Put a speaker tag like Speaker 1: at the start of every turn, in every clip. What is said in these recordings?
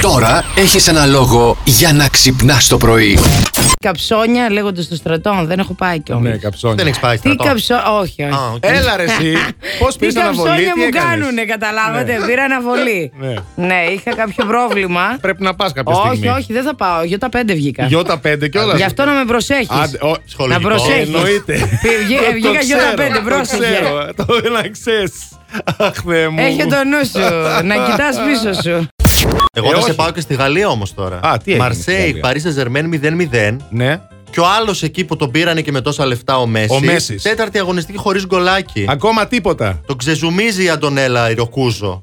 Speaker 1: Τώρα έχεις ένα λόγο για να ξυπνάς το πρωί.
Speaker 2: Καψόνια λέγονται στο στρατό. Δεν έχω πάει κιόλα.
Speaker 3: Ναι, καψόνια.
Speaker 4: Δεν έχεις πάει
Speaker 2: Τι
Speaker 4: στρατό.
Speaker 2: καψό. Όχι, όχι.
Speaker 4: Α, οκ.
Speaker 3: Έλα ρε εσύ, πώς
Speaker 2: Τι
Speaker 3: πήρες αναβολή,
Speaker 2: καψόνια
Speaker 3: τι
Speaker 2: μου
Speaker 3: έκανες.
Speaker 2: κάνουνε, καταλάβατε.
Speaker 3: Ναι.
Speaker 2: Πήρα αναβολή.
Speaker 3: Ναι.
Speaker 2: Ναι, είχα κάποιο πρόβλημα.
Speaker 3: Πρέπει να πας κάποια στιγμή.
Speaker 2: Όχι, όχι, δεν θα πάω. Γιώτα πέντε βγήκα.
Speaker 3: Γιώτα 5 κιόλα.
Speaker 2: Γι' αυτό να με προσέχεις. Να
Speaker 4: Σχολικό.
Speaker 2: προσέχεις.
Speaker 3: Εννοείται.
Speaker 2: Πη- βγή-
Speaker 3: Το- το
Speaker 2: Ε, βγήκα
Speaker 3: ξέρω,
Speaker 2: Γιώτα πέντε,
Speaker 3: το
Speaker 2: πρόσεχε.
Speaker 3: ξέρω, Το να ξέρεις. Αχ, Θεέ μου.
Speaker 2: Έχει το νου σου. να κοιτάς πίσω σου.
Speaker 4: Εγώ
Speaker 3: Ε,
Speaker 4: θα
Speaker 3: όχι.
Speaker 4: σε πάω και στη Γαλλία όμως τώρα.
Speaker 3: Α, τι έγινε στη
Speaker 4: Μαρσέη,
Speaker 3: Γαλλία.
Speaker 4: Παρίσι Ζερμέν 0-0.
Speaker 3: Ναι.
Speaker 4: Και ο άλλος εκεί που τον πήρανε και με τόσα λεφτά ο Μέσης.
Speaker 3: Ο Μέσης.
Speaker 4: Τέταρτη αγωνιστική χωρίς γκολάκι.
Speaker 3: Ακόμα τίποτα.
Speaker 4: Τον ξεζουμίζει η Αντωνέλα Ιροκούζο.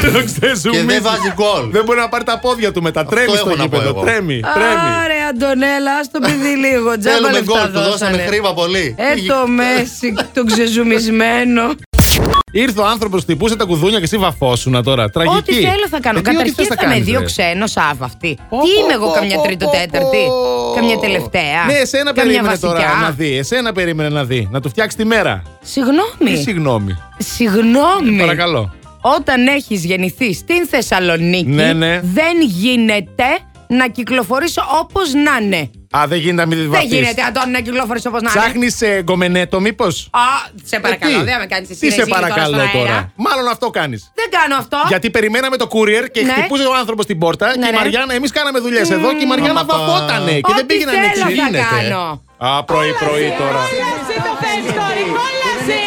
Speaker 3: Το ξεζουμίζει.
Speaker 4: Και δεν βάζει γκολ.
Speaker 3: Δεν μπορεί να πάρει τα πόδια του μετά. Τρέμει
Speaker 4: έχω
Speaker 3: στο
Speaker 4: να πω
Speaker 3: γήπεδο.
Speaker 4: εγώ.
Speaker 3: Τρέμει. Τρέμει.
Speaker 2: Άρε, Αντωνέλα, ας το παιδί λίγο. Τζάμπα
Speaker 4: Θέλουμε
Speaker 2: λεφτά
Speaker 4: γκολ, του δώσαμε
Speaker 2: δώσανε.
Speaker 4: χρήμα πολύ.
Speaker 2: Ε, το Μέση, το ξεζουμισμένο.
Speaker 3: Ήρθε ο άνθρωπος, χτυπούσε τα κουδούνια και εσύ βαφώσουνα τώρα. Τραγική.
Speaker 2: Ό,τι θέλω θα κάνω.
Speaker 3: Ε, τι ό,τι
Speaker 2: Καταρχήν
Speaker 3: θες θα
Speaker 2: θα με
Speaker 3: κάνεις,
Speaker 2: δύο
Speaker 3: ρε.
Speaker 2: ξένος άβαυτη.
Speaker 3: Πω,
Speaker 2: Τι
Speaker 3: πω,
Speaker 2: είμαι εγώ,
Speaker 3: πω,
Speaker 2: καμιά
Speaker 3: πω,
Speaker 2: τρίτο
Speaker 3: πω,
Speaker 2: τέταρτη.
Speaker 3: πω.
Speaker 2: Καμιά τελευταία.
Speaker 3: Ναι, εσένα
Speaker 2: Καμιά
Speaker 3: περίμενε
Speaker 2: βασικιά.
Speaker 3: τώρα να δει. Εσένα περίμενε να δει. Να του φτιάξει τη μέρα. Τι
Speaker 2: Συγγνώμη.
Speaker 3: συγγνώμη.
Speaker 2: Συγγνώμη.
Speaker 3: Παρακαλώ.
Speaker 2: Όταν έχεις γεννηθεί στην Θεσσαλονίκη,
Speaker 3: Ναι, ναι.
Speaker 2: δεν γίνεται να κυκλοφορήσω όπως να είναι.
Speaker 3: Α, δεν γίνεται να μην τη
Speaker 2: Δεν
Speaker 3: βαφτείς.
Speaker 2: γίνεται Αντώνη, να κυκλοφορήσω όπως να είναι.
Speaker 3: Ψάχνεις ε, γκομενέτο, μήπως.
Speaker 2: Α, σε Ε, παρακαλώ, δεν θα με κάνεις εσύ.
Speaker 3: Τι
Speaker 2: να
Speaker 3: σε
Speaker 2: γίνει τώρα
Speaker 3: παρακαλώ
Speaker 2: στον
Speaker 3: τώρα.
Speaker 2: αέρα.
Speaker 3: Μάλλον αυτό κάνεις.
Speaker 2: Δεν κάνω αυτό.
Speaker 3: Γιατί περιμέναμε το courier και
Speaker 2: Ναι.
Speaker 3: χτυπούσε ο άνθρωπος την πόρτα και
Speaker 2: Ναι,
Speaker 3: η
Speaker 2: ναι.
Speaker 3: Μαριάννα, εμείς κάναμε δουλειές εδώ και η Μαριάννα
Speaker 4: Αμα, πα.
Speaker 3: βαφότανε και δεν
Speaker 2: Ό,τι
Speaker 3: πήγαιναν
Speaker 2: θέλω
Speaker 3: έτσι.
Speaker 2: θα
Speaker 4: γίνεται.
Speaker 2: κάνω.
Speaker 3: Α, πρωί-πρωί τώρα.
Speaker 5: Κόλαση το φεστόρι, κόλαση!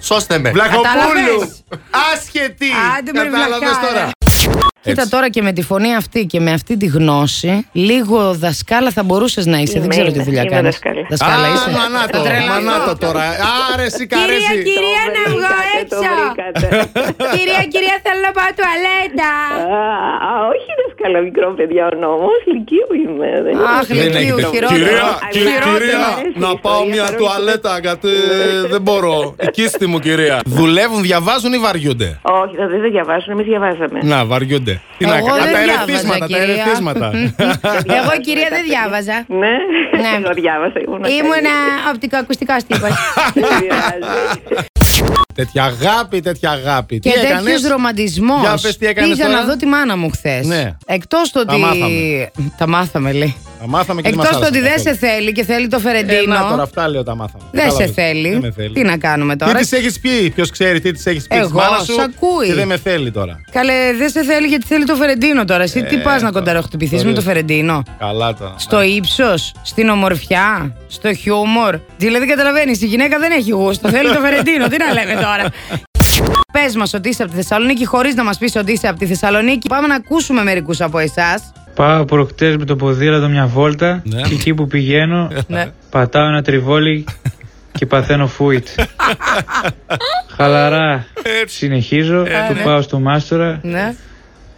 Speaker 4: Σώστε με.
Speaker 3: Βλαχοπούλου!
Speaker 2: Κατάλαβες.
Speaker 3: Άσχετη!
Speaker 2: Άντε με,
Speaker 3: Κατάλαβες
Speaker 2: βλακάρα.
Speaker 3: τώρα.
Speaker 2: Κοίτα
Speaker 3: Έτσι.
Speaker 2: τώρα και με τη φωνή αυτή και με αυτή τη γνώση, λίγο δασκάλα θα μπορούσες να είσαι. Δεν
Speaker 6: Είμαι,
Speaker 2: ξέρω τι
Speaker 6: είμαι,
Speaker 2: δουλειά
Speaker 6: είμαι
Speaker 2: κάνει.
Speaker 6: δασκάλα.
Speaker 2: Δασκάλα είσαι.
Speaker 3: μανάτο,
Speaker 2: Θα τρελαθώ.
Speaker 3: μανάτο τώρα. Άρε,
Speaker 2: Κυρία,
Speaker 3: σικαρέζι.
Speaker 2: κυρία,
Speaker 6: Το
Speaker 2: να βγω
Speaker 6: βρήκατε, το
Speaker 2: έξω.
Speaker 6: βρήκατε.
Speaker 2: Κυρία, κυρία, θέλω να πάω τουαλέτα.
Speaker 6: Α, α, όχι δασκάλα μικρό παιδιά ο νόμος, λυκείου είμαι. Δεν είμαι.
Speaker 2: Αχ,
Speaker 3: Δεν
Speaker 2: λυκείου,
Speaker 3: έχετε.
Speaker 2: χειρότερο.
Speaker 3: Κυρία,
Speaker 6: Αλλά
Speaker 3: κυρία,
Speaker 6: χειρότερο.
Speaker 3: κυρία,
Speaker 6: Αρέσει η
Speaker 3: να πάω
Speaker 6: ιστορία,
Speaker 3: μια
Speaker 6: παρόλο που-
Speaker 3: τουαλέτα γιατί ε, δεν μπορώ. Η κίστη μου, κυρία. Δουλεύουν, διαβάζουν ή βαριούνται.
Speaker 6: Όχι, θα δεν διαβάσουν, εμείς διαβάζαμε.
Speaker 3: Να, βαριούνται. Τι να
Speaker 2: Εγώ
Speaker 3: κάνω.
Speaker 2: δεν
Speaker 3: Τα
Speaker 2: διάβαζα,
Speaker 3: ερεθίσματα, τα
Speaker 2: κυρία.
Speaker 3: ερεθίσματα.
Speaker 2: Εγώ, κυρία, δεν διάβαζα.
Speaker 6: Ναι,
Speaker 2: Ναι.
Speaker 6: εγώ διάβασα. Ήμουν
Speaker 2: Ήμουνα οπτικοακουστικός τύπος.
Speaker 6: Δεν πειράζει.
Speaker 3: Τέτοια αγάπη, τέτοια αγάπη.
Speaker 2: Και
Speaker 3: Τι έκανες?
Speaker 2: τέτοιο ρομαντισμός.
Speaker 3: Για πες τι έκανες
Speaker 2: Πήγα
Speaker 3: τώρα.
Speaker 2: να δω τη μάνα μου χθες.
Speaker 3: Ναι.
Speaker 2: Εκτός το
Speaker 3: Τα
Speaker 2: ότι.
Speaker 3: μάθαμε.
Speaker 2: Τα μάθαμε, λέει.
Speaker 3: Τα μάθαμε και
Speaker 2: Εκτός
Speaker 3: μας
Speaker 2: το ότι
Speaker 3: άρεσαν
Speaker 2: δεν σε
Speaker 3: καθόλου.
Speaker 2: θέλει και θέλει το
Speaker 3: Ε, να τώρα
Speaker 2: Φερεντίνο.
Speaker 3: αυτά λέω τα μάθαμε.
Speaker 2: Δεν σε
Speaker 3: Κατάλαβες.
Speaker 2: θέλει.
Speaker 3: Δεν με θέλει.
Speaker 2: Τι να κάνουμε τώρα.
Speaker 3: Τις τη έχεις πει, ποιος ξέρει τι τη έχεις πει.
Speaker 2: Εγώ,
Speaker 3: στη μάνα σου
Speaker 2: σ' ακούει.
Speaker 3: Και δεν με θέλει τώρα.
Speaker 2: Καλέ, δεν σε θέλει γιατί θέλει το Φερεντίνο τώρα. Εσύ τι
Speaker 3: Ε,
Speaker 2: πας να
Speaker 3: τώρα,
Speaker 2: κονταροχτυπηθείς με
Speaker 3: τώρα.
Speaker 2: το Φερεντίνο.
Speaker 3: Καλά τώρα.
Speaker 2: Στο ύψος, στην ομορφιά, στο χιούμορ. Δηλαδή, καταλαβαίνεις, η γυναίκα δεν έχει γούστο. Θέλει το Φερεντίνο. Τι να λέμε τώρα. Πες μας ότι είσαι από τη Θεσσαλονίκη, χωρίς να μας πεις ότι είσαι από τη Θεσσαλονίκη. Πάμε να ακούσουμε μερικούς από εσάς.
Speaker 7: Πάω προχτές με το ποδήλατο μια βόλτα
Speaker 3: Ναι.
Speaker 7: και εκεί που πηγαίνω
Speaker 2: Ναι.
Speaker 7: πατάω ένα τριβόλι και παθαίνω φούιτ. Χαλαρά συνεχίζω, του πάω στο μάστορα
Speaker 3: Ε,
Speaker 2: ναι.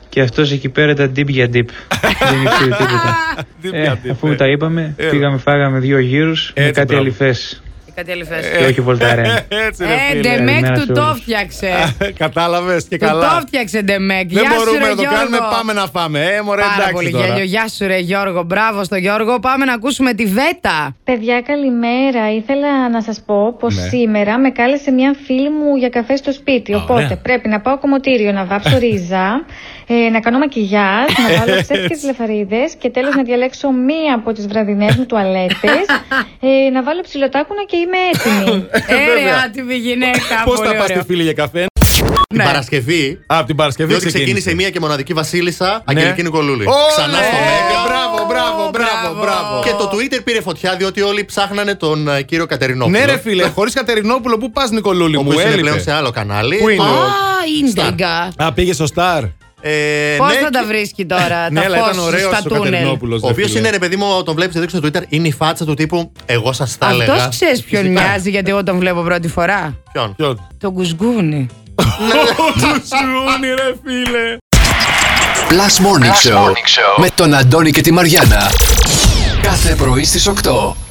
Speaker 7: και αυτός εκεί πέρα ήταν deep για deep. Δεν ήξερε τίποτα.
Speaker 3: Τι
Speaker 7: Ε,
Speaker 3: μια
Speaker 7: αφού
Speaker 3: τύπε.
Speaker 7: τα είπαμε,
Speaker 3: Έλα.
Speaker 7: πήγαμε φάγαμε δύο γύρους με
Speaker 3: ναι. Ε. Έτσι,
Speaker 7: κάτι
Speaker 3: μπράβο.
Speaker 7: αλυφές
Speaker 2: Κάτι αληθές.
Speaker 7: και όχι βολταρέν.
Speaker 3: Έτσι ρε
Speaker 2: Ε,
Speaker 3: ε, φίλε.
Speaker 2: Ντεμέκ,
Speaker 7: Καλημέρα
Speaker 2: του
Speaker 7: σε
Speaker 2: το
Speaker 7: όλους.
Speaker 2: φτιάξε.
Speaker 3: Κατάλαβες και
Speaker 2: Του το
Speaker 3: καλά.
Speaker 2: φτιάξε, Ντεμέκ.
Speaker 3: Δεν
Speaker 2: Γεια σου,
Speaker 3: μπορούμε
Speaker 2: ρε
Speaker 3: να το
Speaker 2: Γιώργο.
Speaker 3: κάνουμε. Πάμε να φάμε. Ε, μωρέ,
Speaker 2: Πάρα πολύ
Speaker 3: εντάξει τώρα.
Speaker 2: γέλιο. Γεια σου, ρε Γιώργο. Μπράβο στο Γιώργο. Πάμε να ακούσουμε τη Βέτα.
Speaker 8: Παιδιά, καλημέρα. Ήθελα να σας πω πως
Speaker 3: Ναι.
Speaker 8: σήμερα με κάλεσε μια φίλη μου για καφέ στο σπίτι.
Speaker 3: Α,
Speaker 8: οπότε
Speaker 3: ωραία.
Speaker 8: πρέπει να πάω κομμωτήριο, να βάψω ρίζα, ε, να κάνω μακιγιά, να βάλω ψεύτικε λεφαρίδες και τέλος να διαλέξω μία από τις βραδινές μου τουαλέτες, ε, να βάλω ψηλοτάκουνα και είμαι έτοιμη.
Speaker 2: Ε, ρε,
Speaker 3: Βέβαια.
Speaker 2: άτιμη γυναίκα.
Speaker 3: Πώς
Speaker 2: Πολύ
Speaker 3: θα πας
Speaker 2: ωραίο.
Speaker 3: στη φίλη για καφέ.
Speaker 4: Την Παρασκευή.
Speaker 3: ναι. Α, Από την Παρασκευή
Speaker 4: Διότι ξεκίνησε η μία και μοναδική Βασίλισσα Αγγελική Νικολούλη. Ξανά στο Μέγκα.
Speaker 3: Ναι. Ε, Μπράβο, μπράβο, μπράβο,
Speaker 2: Μπράβο.
Speaker 3: μπράβο.
Speaker 4: Και το Twitter πήρε φωτιά διότι όλοι ψάχνανε τον ε, κύριο Κατερινόπουλο.
Speaker 3: Ναι, ρε φίλε, χωρίς Κατερινόπουλο, πού πας, Νικολούλη
Speaker 4: Όπου
Speaker 3: μου,
Speaker 4: είναι πλέον σε
Speaker 3: έλειπε.
Speaker 4: άλλο κανάλι.
Speaker 3: Πού είναι
Speaker 4: Το-
Speaker 3: ο-
Speaker 2: Α, ίντεγκα.
Speaker 3: Α, πήγε στο Σταρ.
Speaker 4: Ε,
Speaker 2: Πώς
Speaker 4: ναι,
Speaker 2: θα τα βρίσκει τώρα
Speaker 3: Ναι,
Speaker 2: τα
Speaker 3: αλλά ήταν
Speaker 2: φως
Speaker 3: ωραίος
Speaker 2: στα
Speaker 3: ο
Speaker 2: τούνελ.
Speaker 3: Κατερινόπουλος.
Speaker 4: Ο οποίο είναι ρε παιδί μου, τον βλέπεις εδώ στο Twitter, είναι η φάτσα του τύπου. Εγώ σας τα έλεγα.
Speaker 2: Αυτό ξέρεις ποιον
Speaker 4: Φυσικά.
Speaker 2: μοιάζει, γιατί εγώ τον βλέπω πρώτη φορά.
Speaker 4: Ποιον.
Speaker 2: Τον Κουσκούνη.
Speaker 4: Ναι.
Speaker 3: Τσούνι, ρε φίλε.
Speaker 1: Plus Morning, Show, με τον Αντώνη και τη Μαριάνα. Κάθε πρωί στις 8.